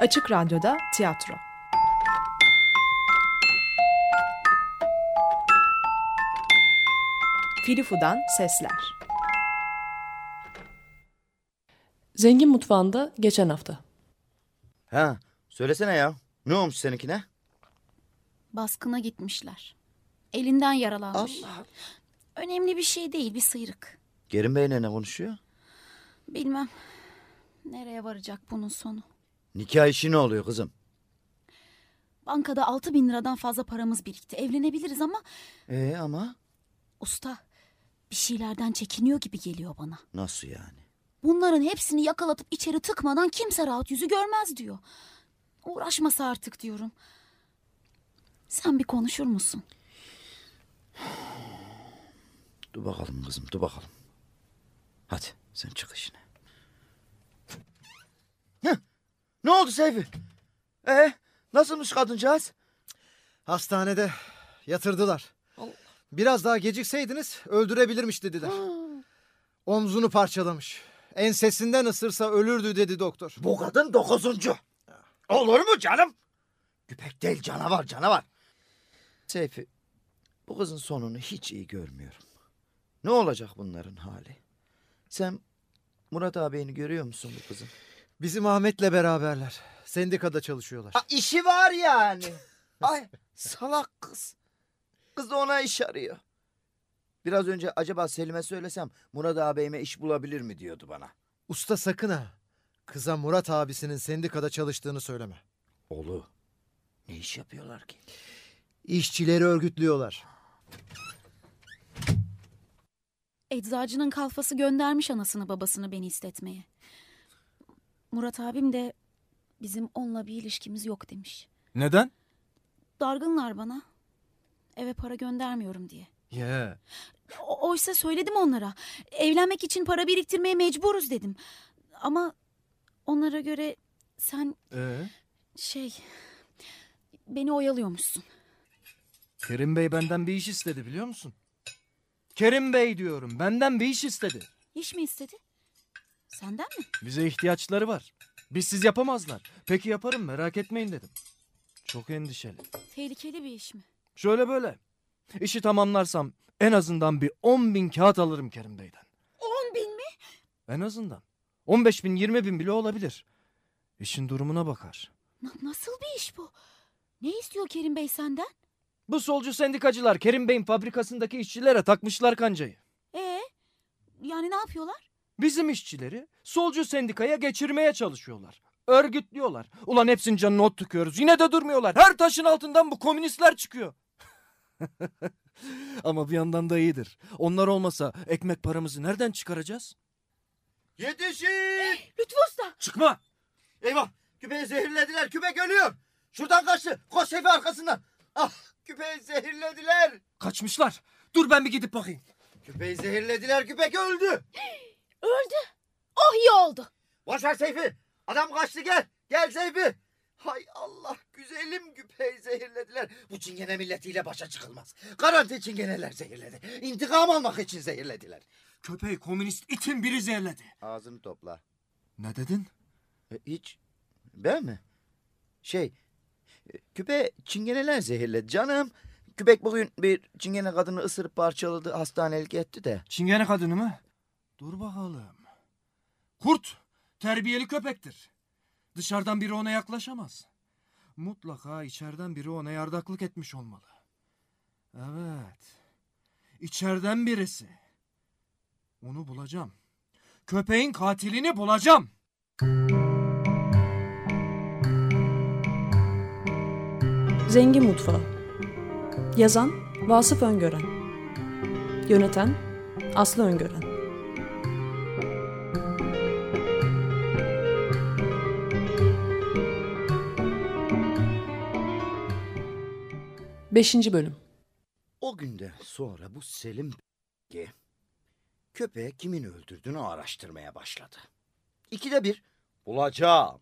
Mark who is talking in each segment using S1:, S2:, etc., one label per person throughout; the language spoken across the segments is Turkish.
S1: Açık Radyo'da tiyatro. Filifu'dan sesler.
S2: Zengin mutfağında geçen hafta.
S3: Ha, söylesene ya. Ne olmuş seninkine?
S4: Baskına gitmişler. Elinden yaralanmış. Önemli bir şey değil bir sıyrık.
S3: Kerim Bey'le ne konuşuyor?
S4: Bilmem nereye varacak bunun sonu.
S3: Nikah işi ne oluyor kızım?
S4: Bankada altı bin liradan fazla paramız birikti. Evlenebiliriz ama
S3: Ee ama?
S4: usta bir şeylerden çekiniyor gibi geliyor bana.
S3: Nasıl yani?
S4: Bunların hepsini yakalatıp içeri tıkmadan kimse rahat yüzü görmez diyor. Uğraşmasa artık diyorum. Sen bir konuşur musun?
S3: Dur bakalım kızım, dur bakalım. Hadi sen çık işine. Heh, ne oldu Seyfi? Ee, nasılmış kadıncağız?
S5: Hastanede yatırdılar. Biraz daha gecikseydiniz öldürebilirmiş dediler. Omzunu parçalamış. Ensesinden ısırsa ölürdü dedi doktor.
S3: Bu kadın dokuzuncu. Olur mu canım? Güpek değil canavar canavar. Seyfi bu kızın sonunu hiç iyi görmüyorum. Ne olacak bunların hali? Sen Murat ağabeyini görüyor musun bu kızın?
S5: Bizim Ahmet'le beraberler. Sendikada çalışıyorlar.
S3: işi var yani. Ay salak kız. Kız da ona iş arıyor. Biraz önce acaba Selim'e söylesem Murat ağabeyime iş bulabilir mi diyordu bana.
S5: Usta sakın ha. Kıza Murat abisinin sendikada çalıştığını söyleme.
S3: Oğlu ne iş yapıyorlar ki?
S5: İşçileri örgütlüyorlar.
S4: Eczacının kalfası göndermiş anasını babasını beni istetmeye. Murat abim de bizim onunla bir ilişkimiz yok demiş.
S6: Neden?
S4: Dargınlar bana. Eve para göndermiyorum diye.
S5: Ye.
S4: O- oysa söyledim onlara. Evlenmek için para biriktirmeye mecburuz dedim. Ama onlara göre sen
S5: e?
S6: Ee?
S4: şey beni oyalıyormuşsun.
S6: Kerim Bey benden bir iş istedi biliyor musun? Kerim Bey diyorum benden bir iş istedi.
S4: İş mi istedi? Senden mi?
S6: Bize ihtiyaçları var. Biz siz yapamazlar. Peki yaparım merak etmeyin dedim. Çok endişeli.
S4: Tehlikeli bir iş mi?
S6: Şöyle böyle. İşi tamamlarsam en azından bir 10 bin kağıt alırım Kerim Bey'den.
S4: 10 bin mi?
S6: En azından. 15 bin 20 bin bile olabilir. İşin durumuna bakar.
S4: Na- nasıl bir iş bu? Ne istiyor Kerim Bey senden?
S6: Bu solcu sendikacılar Kerim Bey'in fabrikasındaki işçilere takmışlar kancayı.
S4: Ee, yani ne yapıyorlar?
S6: Bizim işçileri solcu sendikaya geçirmeye çalışıyorlar. Örgütlüyorlar. Ulan hepsinin canına ot tıkıyoruz. Yine de durmuyorlar. Her taşın altından bu komünistler çıkıyor. Ama bir yandan da iyidir. Onlar olmasa ekmek paramızı nereden çıkaracağız?
S3: Yetişin!
S4: Lütfü Usta!
S6: Çıkma!
S3: Eyvah! Küpeyi zehirlediler. Küpek ölüyor. Şuradan kaçtı. Koş Seyfi arkasından. Ah! Küpeyi zehirlediler.
S6: Kaçmışlar. Dur ben bir gidip bakayım.
S3: Küpeyi zehirlediler. Küpek öldü.
S4: Öldü. Oh iyi oldu.
S3: Boş ver Seyfi. Adam kaçtı gel. Gel Seyfi. Hay Allah güzelim güpeyi zehirlediler. Bu çingene milletiyle başa çıkılmaz. Garanti çingeneler zehirledi. İntikam almak için zehirlediler.
S6: Köpeği komünist itin biri zehirledi.
S3: Ağzını topla. E,
S6: Ne dedin?
S3: hiç. Ben mi? Şey. e, Küpe çingeneler zehirledi canım. Küpek bugün bir çingene kadını ısırıp parçaladı. Hastanelik etti de.
S6: Çingene kadını mı? Dur bakalım. Kurt terbiyeli köpektir. Dışarıdan biri ona yaklaşamaz. Mutlaka içeriden biri ona yardaklık etmiş olmalı. Evet. İçeriden birisi. Onu bulacağım. Köpeğin katilini bulacağım.
S2: Zengin mutfağı. Yazan Vasıf Öngören. Yöneten Aslı Öngören. Beşinci bölüm.
S3: O günden sonra bu Selim P- köpeği kimin öldürdüğünü araştırmaya başladı. İkide bir bulacağım.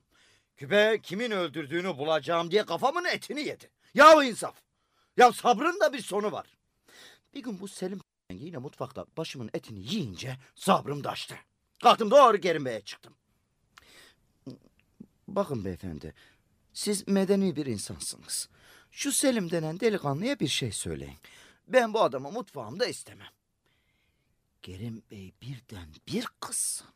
S3: Köpeği kimin öldürdüğünü bulacağım diye kafamın etini yedi. Ya insaf. Ya sabrın da bir sonu var. Bir gün bu Selim P- yine mutfakta başımın etini yiyince sabrım taştı. Kalktım doğru Kerim Bey'e çıktım. Bakın beyefendi Siz medeni bir insansınız. Şu Selim denen delikanlıya bir şey söyleyin. Ben bu adamı mutfağımda istemem. Kerim Bey birden bir kızsın.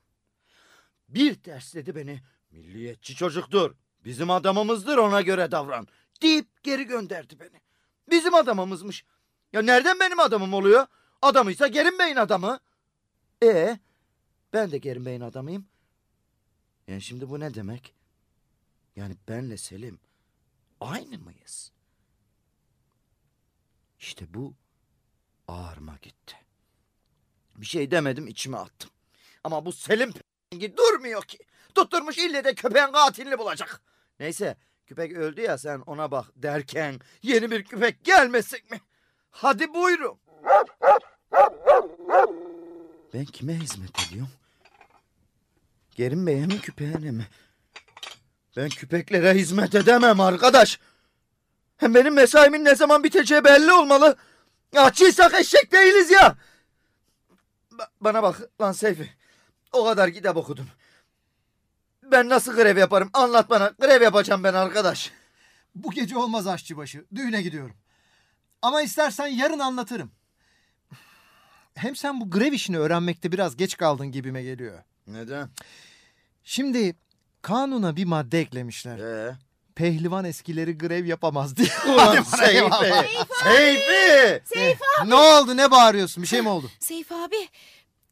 S3: Bir tersledi beni. Milliyetçi çocuktur. Bizim adamımızdır ona göre davran. Deyip geri gönderdi beni. Bizim adamımızmış. Ya nereden benim adamım oluyor? Adamıysa Kerim Bey'in adamı. E ben de Kerim Bey'in adamıyım. Yani şimdi bu ne demek? Yani benle Selim aynı mıyız? İşte bu ağrıma gitti. Bir şey demedim içime attım. Ama bu Selim p***ngi durmuyor ki. Tutturmuş ille de köpeğin katilini bulacak. Neyse köpek öldü ya sen ona bak derken yeni bir köpek gelmesek mi? Hadi buyurun. Ben kime hizmet ediyorum? Gerim Bey'e mi küpeğine mi? Ben küpeklere hizmet edemem arkadaş. Hem benim mesaimin ne zaman biteceği belli olmalı. Açıysak eşek değiliz ya. Ba- bana bak lan Seyfi. O kadar kitap okudum. Ben nasıl grev yaparım? Anlat bana. Grev yapacağım ben arkadaş.
S5: Bu gece olmaz aşçıbaşı. Düğüne gidiyorum. Ama istersen yarın anlatırım. Hem sen bu grev işini öğrenmekte biraz geç kaldın gibime geliyor.
S3: Neden?
S5: Şimdi kanuna bir madde eklemişler.
S3: Ee?
S5: Pehlivan eskileri grev yapamaz diye.
S3: Ulan
S5: Hadi bana eyvallah.
S3: Seyfi. Seyfi.
S5: Ne oldu ne bağırıyorsun bir şey mi oldu?
S4: Seyfi abi,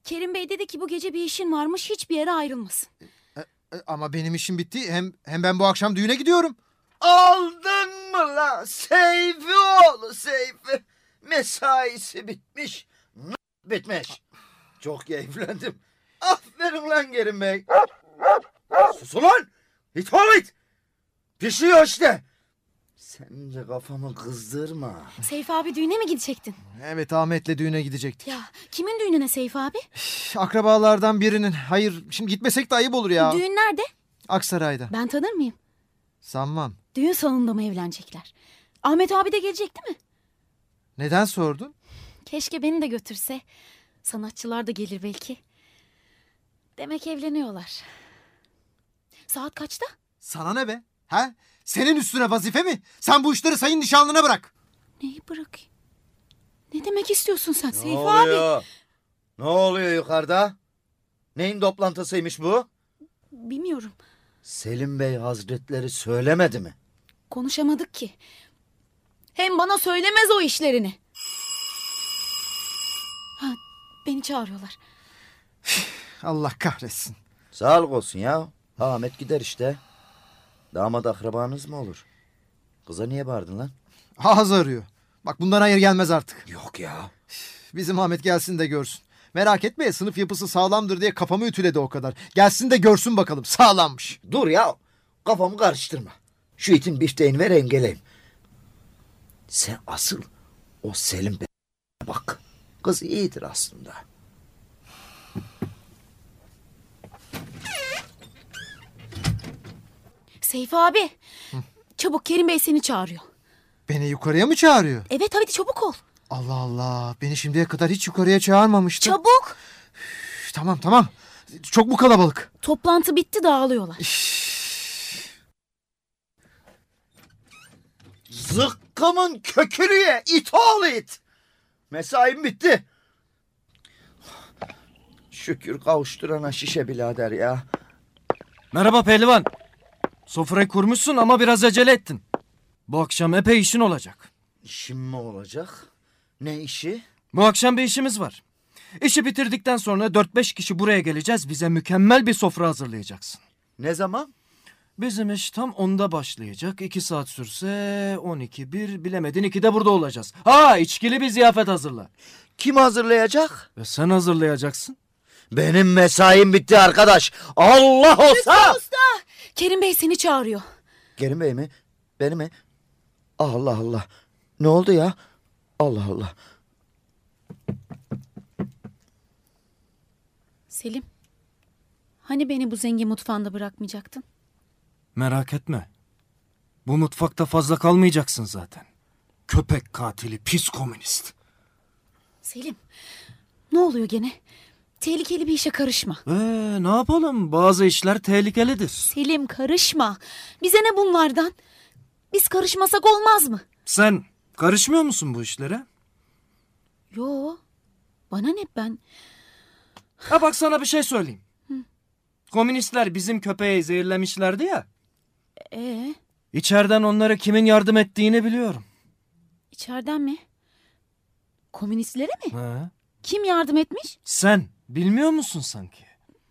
S4: Kerim Bey dedi ki bu gece bir işin varmış hiçbir yere ayrılmasın.
S5: E, Ama benim işim bitti. Hem hem ben bu akşam düğüne gidiyorum.
S3: Aldın mı lan Seyfi oğlu Seyfi? Mesaisi bitmiş. n- Bitmiş. Çok keyiflendim. Aferin lan Gerim Bey. Sus ulan. İthal et. Pişiyor işte. Sence kafamı kızdırma.
S4: Seyfi abi düğüne mi gidecektin?
S5: Evet Ahmet'le düğüne gidecektik.
S4: Ya kimin düğününe Seyfi abi?
S5: Akrabalardan birinin. Hayır şimdi gitmesek de ayıp olur ya.
S4: Düğün nerede?
S5: Aksaray'da.
S4: Ben tanır mıyım?
S5: Sanmam.
S4: Düğün salonunda mı evlenecekler? Ahmet abi de gelecek değil mi?
S5: Neden sordun?
S4: Keşke beni de götürse. Sanatçılar da gelir belki. Demek evleniyorlar. Saat kaçta?
S5: Sana ne be? Ha? Senin üstüne vazife mi? Sen bu işleri sayın nişanlına bırak.
S4: Neyi bırakayım? Ne demek istiyorsun sen Seyfi abi?
S3: oluyor? Ne oluyor yukarıda? Neyin toplantısıymış bu?
S4: Bilmiyorum.
S3: Selim Bey Hazretleri söylemedi mi?
S4: Konuşamadık ki. Hem bana söylemez o işlerini. Ha, beni çağırıyorlar.
S5: Allah kahretsin.
S3: Sağlık olsun ya. Ahmet gider işte. Damat akrabanız mı olur? Kıza niye bağırdın lan?
S5: Ağız arıyor. Bak bundan hayır gelmez artık.
S3: Yok ya.
S5: Bizim Ahmet gelsin de görsün. Merak etme sınıf yapısı sağlamdır diye kafamı ütüledi o kadar. Gelsin de görsün bakalım sağlammış.
S3: Dur ya. Kafamı karıştırma. Şu itin bifteğini ver engeleyim. Sen asıl o Selim Bey bak. Kız iyidir aslında.
S4: Seyfi abi. Çabuk Kerim Bey seni çağırıyor.
S5: Beni yukarıya mı çağırıyor?
S4: Evet hadi çabuk ol.
S5: Allah Allah beni şimdiye kadar hiç yukarıya çağırmamıştı.
S4: Çabuk.
S5: Üf, Tamam tamam. Çok mu kalabalık?
S4: Toplantı bitti dağılıyorlar.
S3: Zıkkımın kökünü ye it oğlu it. Mesaim bitti. Şükür kavuşturana şişe birader ya.
S6: Merhaba pehlivan. Sofrayı kurmuşsun ama biraz acele ettin. Bu akşam epey işin olacak.
S3: İşim mi olacak? Ne işi?
S6: Bu akşam bir işimiz var. İşi bitirdikten sonra 4-5 kişi buraya geleceğiz. Bize mükemmel bir sofra hazırlayacaksın.
S3: Ne zaman?
S6: Bizim iş tam 10'da başlayacak. 2 saat sürse 12, 1 bilemedin 2'de burada olacağız. Ha içkili bir ziyafet hazırla.
S3: Kim hazırlayacak?
S6: Ve sen hazırlayacaksın.
S3: Benim mesaim bitti arkadaş. Allah olsa.
S4: Kerim Bey seni çağırıyor.
S3: Kerim Bey mi? Beni mi? Allah Allah. Ne oldu ya? Allah Allah.
S4: Selim. Hani beni bu zengin mutfağında bırakmayacaktın?
S6: Merak etme. Bu mutfakta fazla kalmayacaksın zaten. Köpek katili pis komünist.
S4: Selim. Ne oluyor gene? Tehlikeli bir işe karışma.
S6: Ee, ne yapalım? Bazı işler tehlikelidir.
S4: Selim karışma. Bize ne bunlardan? Biz karışmasak olmaz mı?
S6: Sen karışmıyor musun bu işlere?
S4: Yo. Bana ne ben?
S6: Ha bak sana bir şey söyleyeyim. Komünistler bizim köpeği zehirlemişlerdi ya.
S4: Ee,
S6: İçeriden onlara kimin yardım ettiğini biliyorum.
S4: içeriden mi? Komünistlere mi?
S6: Ha?
S4: Kim yardım etmiş?
S6: Sen bilmiyor musun sanki?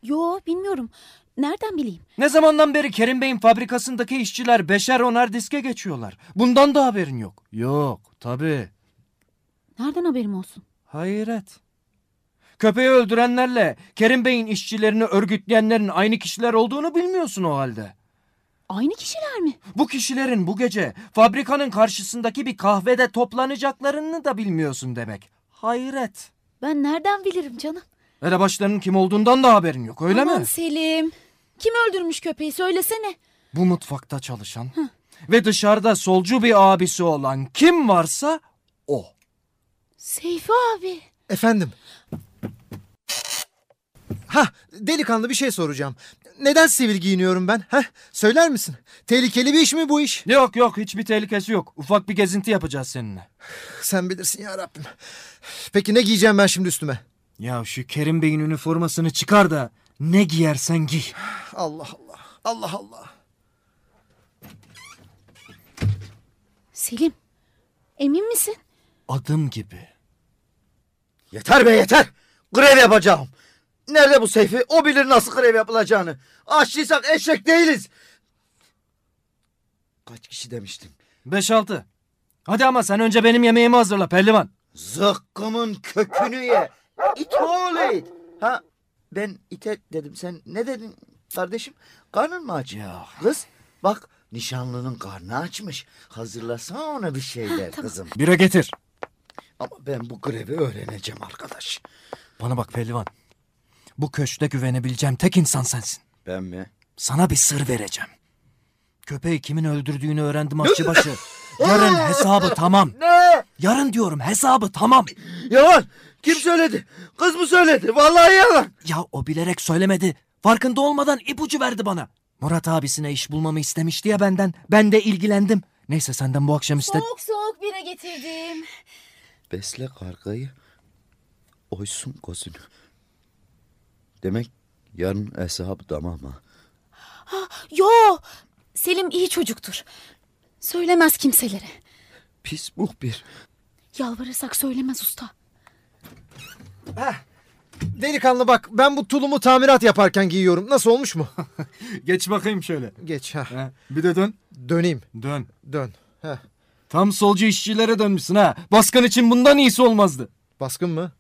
S4: Yo, bilmiyorum. Nereden bileyim?
S6: Ne zamandan beri Kerim Bey'in fabrikasındaki işçiler beşer onar diske geçiyorlar. Bundan da haberin yok. Yok tabii.
S4: Nereden haberim olsun?
S6: Hayret. Köpeği öldürenlerle Kerim Bey'in işçilerini örgütleyenlerin aynı kişiler olduğunu bilmiyorsun o halde.
S4: Aynı kişiler mi?
S6: Bu kişilerin bu gece fabrikanın karşısındaki bir kahvede toplanacaklarını da bilmiyorsun demek. Hayret.
S4: Ben nereden bilirim canım?
S6: Ele başlarının kim olduğundan da haberin yok öyle
S4: Aman
S6: mi?
S4: Selim. Kim öldürmüş köpeği söylesene.
S6: Bu mutfakta çalışan ve dışarıda solcu bir abisi olan kim varsa o.
S4: Seyfi abi.
S5: Efendim. Ha delikanlı bir şey soracağım. Neden sivil giyiniyorum ben? Ha söyler misin? Tehlikeli bir iş mi bu iş?
S6: Yok yok hiçbir tehlikesi yok. Ufak bir gezinti yapacağız seninle.
S5: Sen bilirsin ya Rabbim. Peki ne giyeceğim ben şimdi üstüme?
S6: Ya şu Kerim Bey'in üniformasını çıkar da ne giyersen giy.
S5: Allah Allah. Allah Allah.
S4: Selim. Emin misin?
S6: Adım gibi.
S3: Yeter be yeter. Grev yapacağım. Nerede bu Seyfi? O bilir nasıl grev yapılacağını. Aşçıysak eşek değiliz. Kaç kişi demiştim?
S6: 5-6. Hadi ama sen önce benim yemeğimi hazırla Pehlivan.
S3: Zıkkımın kökünü ye. İt oğlu it. Ha ben ite dedim. Sen ne dedin kardeşim? Karnın mı aç?
S6: Ya.
S3: Kız bak nişanlının karnı açmış. Hazırlasana ona bir şeyler kızım.
S6: Bire getir.
S3: Ama ben bu grevi öğreneceğim arkadaş.
S6: Bana bak Pehlivan. Bu köşte güvenebileceğim tek insan sensin.
S3: Ben mi?
S6: Sana bir sır vereceğim. Köpeği kimin öldürdüğünü öğrendim aşçıbaşı. Yarın hesabı tamam.
S3: Ne?
S6: Yarın diyorum hesabı tamam.
S3: Yalan. Kim söyledi? Kız mı söyledi? Vallahi yalan.
S6: Ya o bilerek söylemedi. Farkında olmadan ipucu verdi bana. Murat abisine iş bulmamı istemişti ya benden. Ben de ilgilendim. Neyse senden bu akşam iste...
S4: Soğuk soğuk bira getirdim.
S3: Besle kargayı, oysun gözünü. Demek yarın hesabı tamam ha.
S4: Yo. Selim iyi çocuktur. Söylemez kimselere.
S3: Pis muhbir.
S4: Yalvarırsak söylemez usta.
S5: Delikanlı bak ben bu tulumu tamirat yaparken giyiyorum. Nasıl olmuş mu?
S6: Geç bakayım şöyle.
S5: Geç ha.
S6: Bir de dön.
S5: Döneyim.
S6: Dön.
S5: Dön. Heh.
S6: Tam solcu işçilere dönmüşsün ha. Baskın için bundan iyisi olmazdı.
S5: Baskın mı?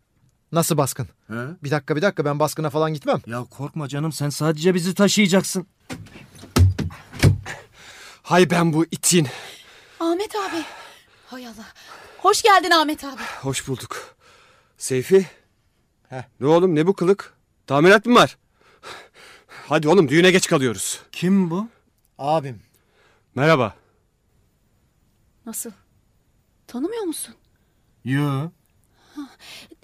S5: Nasıl baskın? Bir dakika bir dakika ben baskına falan gitmem.
S6: Ya korkma canım sen sadece bizi taşıyacaksın.
S7: Hay ben bu itin.
S4: Ahmet abi. Hay Allah. Hoş geldin Ahmet abi.
S7: Hoş bulduk. Seyfi. Ne oğlum ne bu kılık? Tamirat mı var? Hadi oğlum düğüne geç kalıyoruz.
S6: Kim bu?
S5: Abim.
S7: Merhaba.
S4: Nasıl? Tanımıyor musun?
S6: Yo.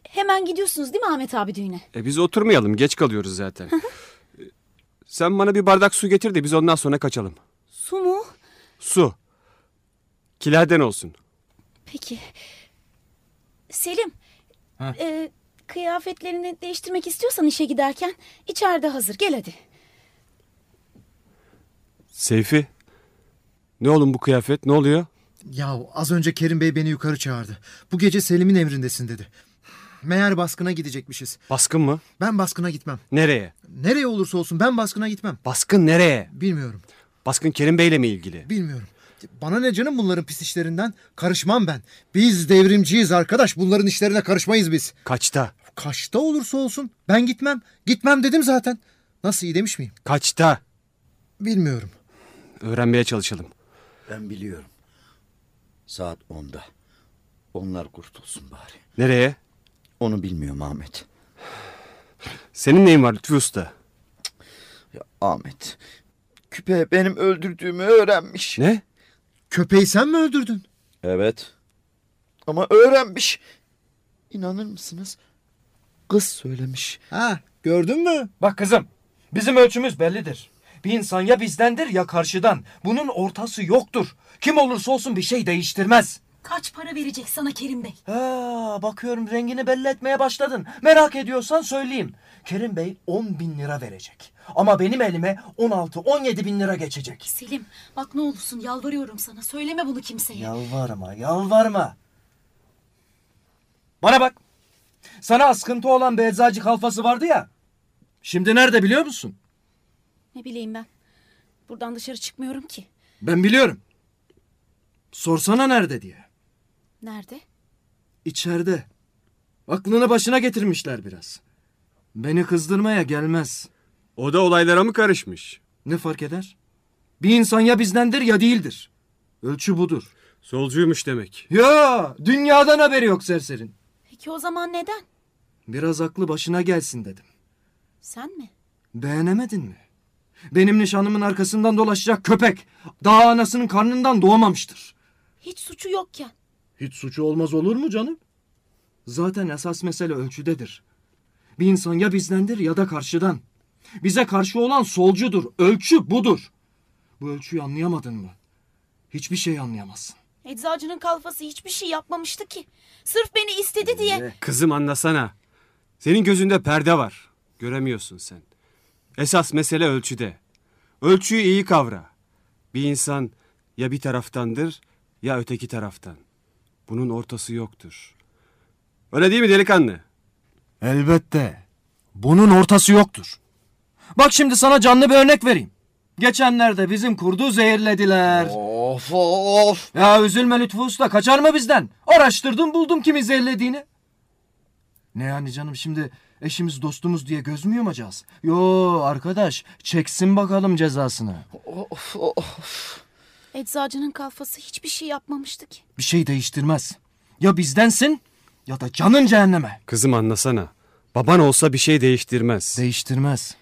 S4: Hemen gidiyorsunuz değil mi Ahmet abi düğüne?
S7: E biz oturmayalım geç kalıyoruz zaten. E, Sen bana bir bardak su getir de biz ondan sonra kaçalım.
S4: Su mu?
S7: Su. Kilerden olsun.
S4: Peki. Selim.
S6: Ha.
S4: e, kıyafetlerini değiştirmek istiyorsan işe giderken içeride hazır. Gel hadi.
S7: Seyfi. Ne oğlum bu kıyafet ne oluyor?
S5: Ya az önce Kerim Bey beni yukarı çağırdı. Bu gece Selim'in emrindesin dedi. Meğer baskına gidecekmişiz.
S7: Baskın mı?
S5: Ben baskına gitmem.
S7: Nereye?
S5: Nereye olursa olsun ben baskına gitmem.
S7: Baskın nereye?
S5: Bilmiyorum.
S7: Baskın Kerim Bey'le mi ilgili?
S5: Bilmiyorum. Bana ne canım bunların pis işlerinden? Karışmam ben. Biz devrimciyiz arkadaş. Bunların işlerine karışmayız biz.
S7: Kaçta?
S5: Kaçta olursa olsun ben gitmem. Gitmem dedim zaten. Nasıl iyi demiş miyim?
S7: Kaçta?
S5: Bilmiyorum.
S7: Öğrenmeye çalışalım.
S3: Ben biliyorum. Saat 10'da. Onlar kurtulsun bari.
S7: Nereye?
S3: Onu bilmiyorum Ahmet.
S7: Senin neyin var Lütfü Usta?
S3: Ya Ahmet. Küpe benim öldürdüğümü öğrenmiş.
S7: Ne?
S5: Köpeği sen mi öldürdün?
S3: Evet. Ama öğrenmiş. İnanır mısınız? kız söylemiş.
S5: Ha gördün mü?
S6: Bak kızım, bizim ölçümüz bellidir. Bir insan ya bizdendir ya karşıdan. Bunun ortası yoktur. Kim olursa olsun bir şey değiştirmez.
S8: Kaç para verecek sana Kerim Bey?
S6: Ha, bakıyorum rengini belli etmeye başladın. Merak ediyorsan söyleyeyim. Kerim Bey 10 bin lira verecek. Ama benim elime 16-17 bin lira geçecek.
S8: Selim bak ne olursun yalvarıyorum sana söyleme bunu kimseye.
S6: Yalvarma, yalvarma. Bana bak. Sana askıntı olan bir eczacı kalfası vardı ya. Şimdi nerede biliyor musun?
S4: Ne bileyim ben. Buradan dışarı çıkmıyorum ki.
S6: Ben biliyorum. Sorsana nerede diye.
S4: Nerede?
S6: İçeride. Aklını başına getirmişler biraz. Beni kızdırmaya gelmez.
S7: O da olaylara mı karışmış?
S6: Ne fark eder? Bir insan ya bizdendir ya değildir. Ölçü budur.
S7: Solcuymuş demek.
S6: Ya dünyadan haberi yok serserin.
S4: Peki o zaman neden?
S6: Biraz aklı başına gelsin dedim.
S4: Sen mi?
S6: Beğenemedin mi? Benim nişanımın arkasından dolaşacak köpek daha anasının karnından doğmamıştır.
S4: Hiç suçu yokken.
S6: Hiç suçu olmaz olur mu canım? Zaten esas mesele ölçüdedir. Bir insan ya bizdendir ya da karşıdan. Bize karşı olan solcudur. Ölçü budur. Bu ölçüyü anlayamadın mı? Hiçbir şey anlayamazsın.
S4: Eczacının kalfası hiçbir şey yapmamıştı ki. Sırf beni istedi diye.
S7: Kızım anlasana. Senin gözünde perde var. Göremiyorsun sen. Esas mesele ölçüde. Ölçüyü iyi kavra. Bir insan ya bir taraftandır ya öteki taraftan. Bunun ortası yoktur. Öyle değil mi delikanlı?
S6: Elbette. Bunun ortası yoktur. Bak şimdi sana canlı bir örnek vereyim. Geçenlerde bizim kurdu zehirlediler.
S3: Of of.
S6: Ya üzülme Lütfü Usta kaçar mı bizden? Araştırdım buldum kimi zehirlediğini. Ne yani canım şimdi eşimiz dostumuz diye göz mü yumacağız? Yo arkadaş çeksin bakalım cezasını.
S3: Of of.
S4: Eczacının kalfası hiçbir şey yapmamıştı ki.
S6: Bir şey değiştirmez. Ya bizdensin ya da canın cehenneme.
S7: Kızım anlasana. Baban olsa bir şey değiştirmez.
S6: Değiştirmez.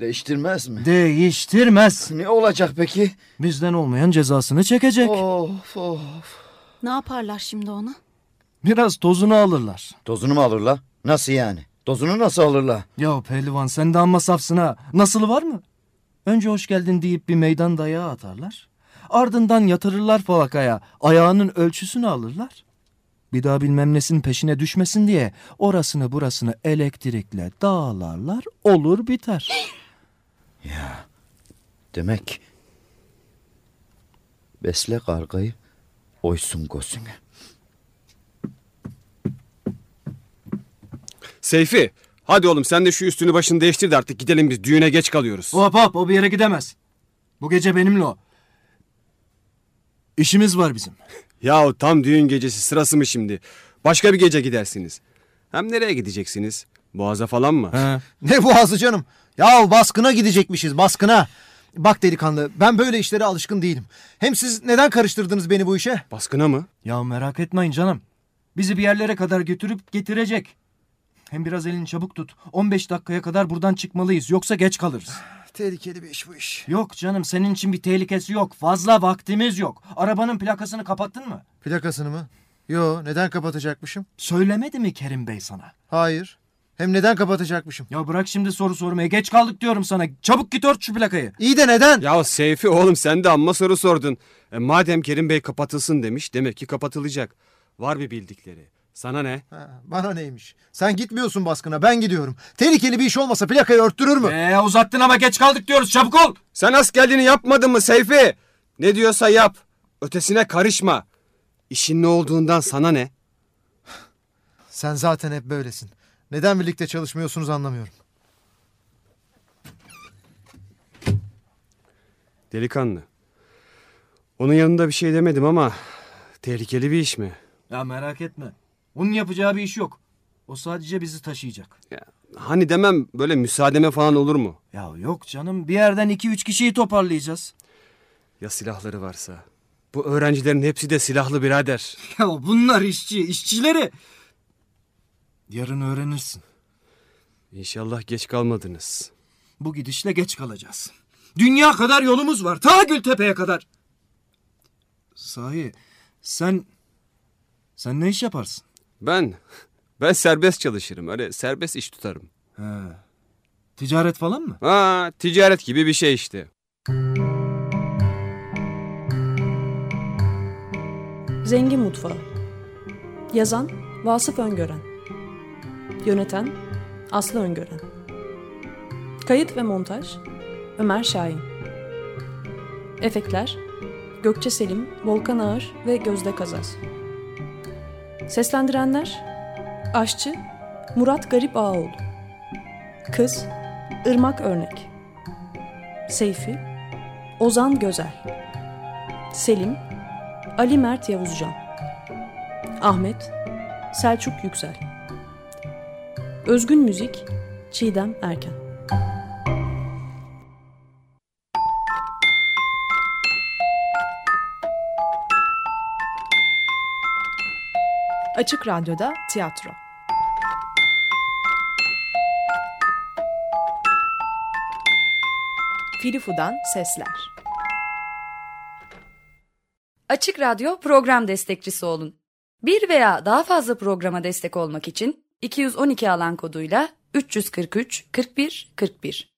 S3: Değiştirmez mi?
S6: Değiştirmez.
S3: Ne olacak peki?
S6: Bizden olmayan cezasını çekecek.
S3: Of of.
S4: Ne yaparlar şimdi ona?
S6: Biraz tozunu alırlar.
S3: Tozunu mu alırlar? Nasıl yani? Tozunu nasıl alırlar?
S6: Ya pehlivan sen de amma safsın ha. Nasılı var mı? Önce hoş geldin deyip bir meydan dayağı atarlar. Ardından yatırırlar falakaya. Ayağının ölçüsünü alırlar. Bir daha bilmem nesinin peşine düşmesin diye orasını burasını elektrikle dağlarlar olur biter.
S3: Demek besle kargayı oysun gosünü.
S7: Seyfi hadi oğlum sen de şu üstünü başını değiştir de artık gidelim biz düğüne geç kalıyoruz.
S6: hop hop o bir yere gidemez. Bu gece benimle o. İşimiz var bizim.
S7: Yahu tam düğün gecesi sırası mı şimdi? Başka bir gece gidersiniz. Hem nereye gideceksiniz? Boğaza falan mı?
S5: Ne boğazı canım? Ya baskına gidecekmişiz baskına. Bak delikanlı ben böyle işlere alışkın değilim. Hem siz neden karıştırdınız beni bu işe?
S7: Baskına mı?
S6: Ya merak etmeyin canım. Bizi bir yerlere kadar götürüp getirecek. Hem biraz elini çabuk tut. 15 dakikaya kadar buradan çıkmalıyız yoksa geç kalırız.
S5: Tehlikeli bir iş bu iş.
S6: Yok canım senin için bir tehlikesi yok. Fazla vaktimiz yok. Arabanın plakasını kapattın mı?
S5: Plakasını mı? Yo neden kapatacakmışım?
S6: Söylemedi mi Kerim Bey sana?
S5: Hayır. Hem neden kapatacakmışım?
S6: Ya bırak şimdi soru sormaya. Geç kaldık diyorum sana. Çabuk git ört şu plakayı.
S5: İyi de neden?
S7: Ya Seyfi oğlum sen de amma soru sordun. E, madem Kerim Bey kapatılsın demiş demek ki kapatılacak. Var bir bildikleri. Sana ne?
S5: Ha, bana neymiş? Sen gitmiyorsun baskına ben gidiyorum. Tehlikeli bir iş olmasa plakayı örttürür mü?
S6: Ee uzattın ama geç kaldık diyoruz. Çabuk ol.
S7: Sen askerliğini yapmadın mı Seyfi? Ne diyorsa yap. Ötesine karışma. İşin ne olduğundan sana ne?
S5: Sen zaten hep böylesin. Neden birlikte çalışmıyorsunuz anlamıyorum.
S7: Delikanlı. Onun yanında bir şey demedim ama tehlikeli bir iş mi?
S6: Ya merak etme. Onun yapacağı bir iş yok. O sadece bizi taşıyacak.
S7: Ya, hani demem böyle müsaademe falan olur mu?
S6: Ya yok canım. Bir yerden 2-3 kişiyi toparlayacağız.
S7: Ya silahları varsa? Bu öğrencilerin hepsi de silahlı birader.
S6: Ya bunlar işçi, işçileri. Yarın öğrenirsin.
S7: İnşallah geç kalmadınız.
S6: Bu gidişle geç kalacağız. Dünya kadar yolumuz var. Ta Gültepe'ye kadar. Sahi sen sen ne iş yaparsın?
S7: Ben Ben serbest çalışırım. Öyle serbest iş tutarım.
S6: Ha. Ticaret falan mı?
S7: Ha, ticaret gibi bir şey işte.
S2: Zengin Mutfağı Yazan Vasıf Öngören Yöneten Aslı Öngören Kayıt ve montaj Ömer Şahin Efektler Gökçe Selim, Volkan Ağır ve Gözde Kazaz Seslendirenler Aşçı Murat Garip Ağaoğlu Kız Irmak Örnek Seyfi Ozan Gözel Selim Ali Mert Yavuzcan Ahmet Selçuk Yüksel Özgün Müzik Çiğdem Erken
S1: Açık Radyo'da tiyatro. Filifu'dan sesler.
S9: Açık Radyo program destekçisi olun. Bir veya daha fazla programa destek olmak için 212 alan koduyla 343 41 41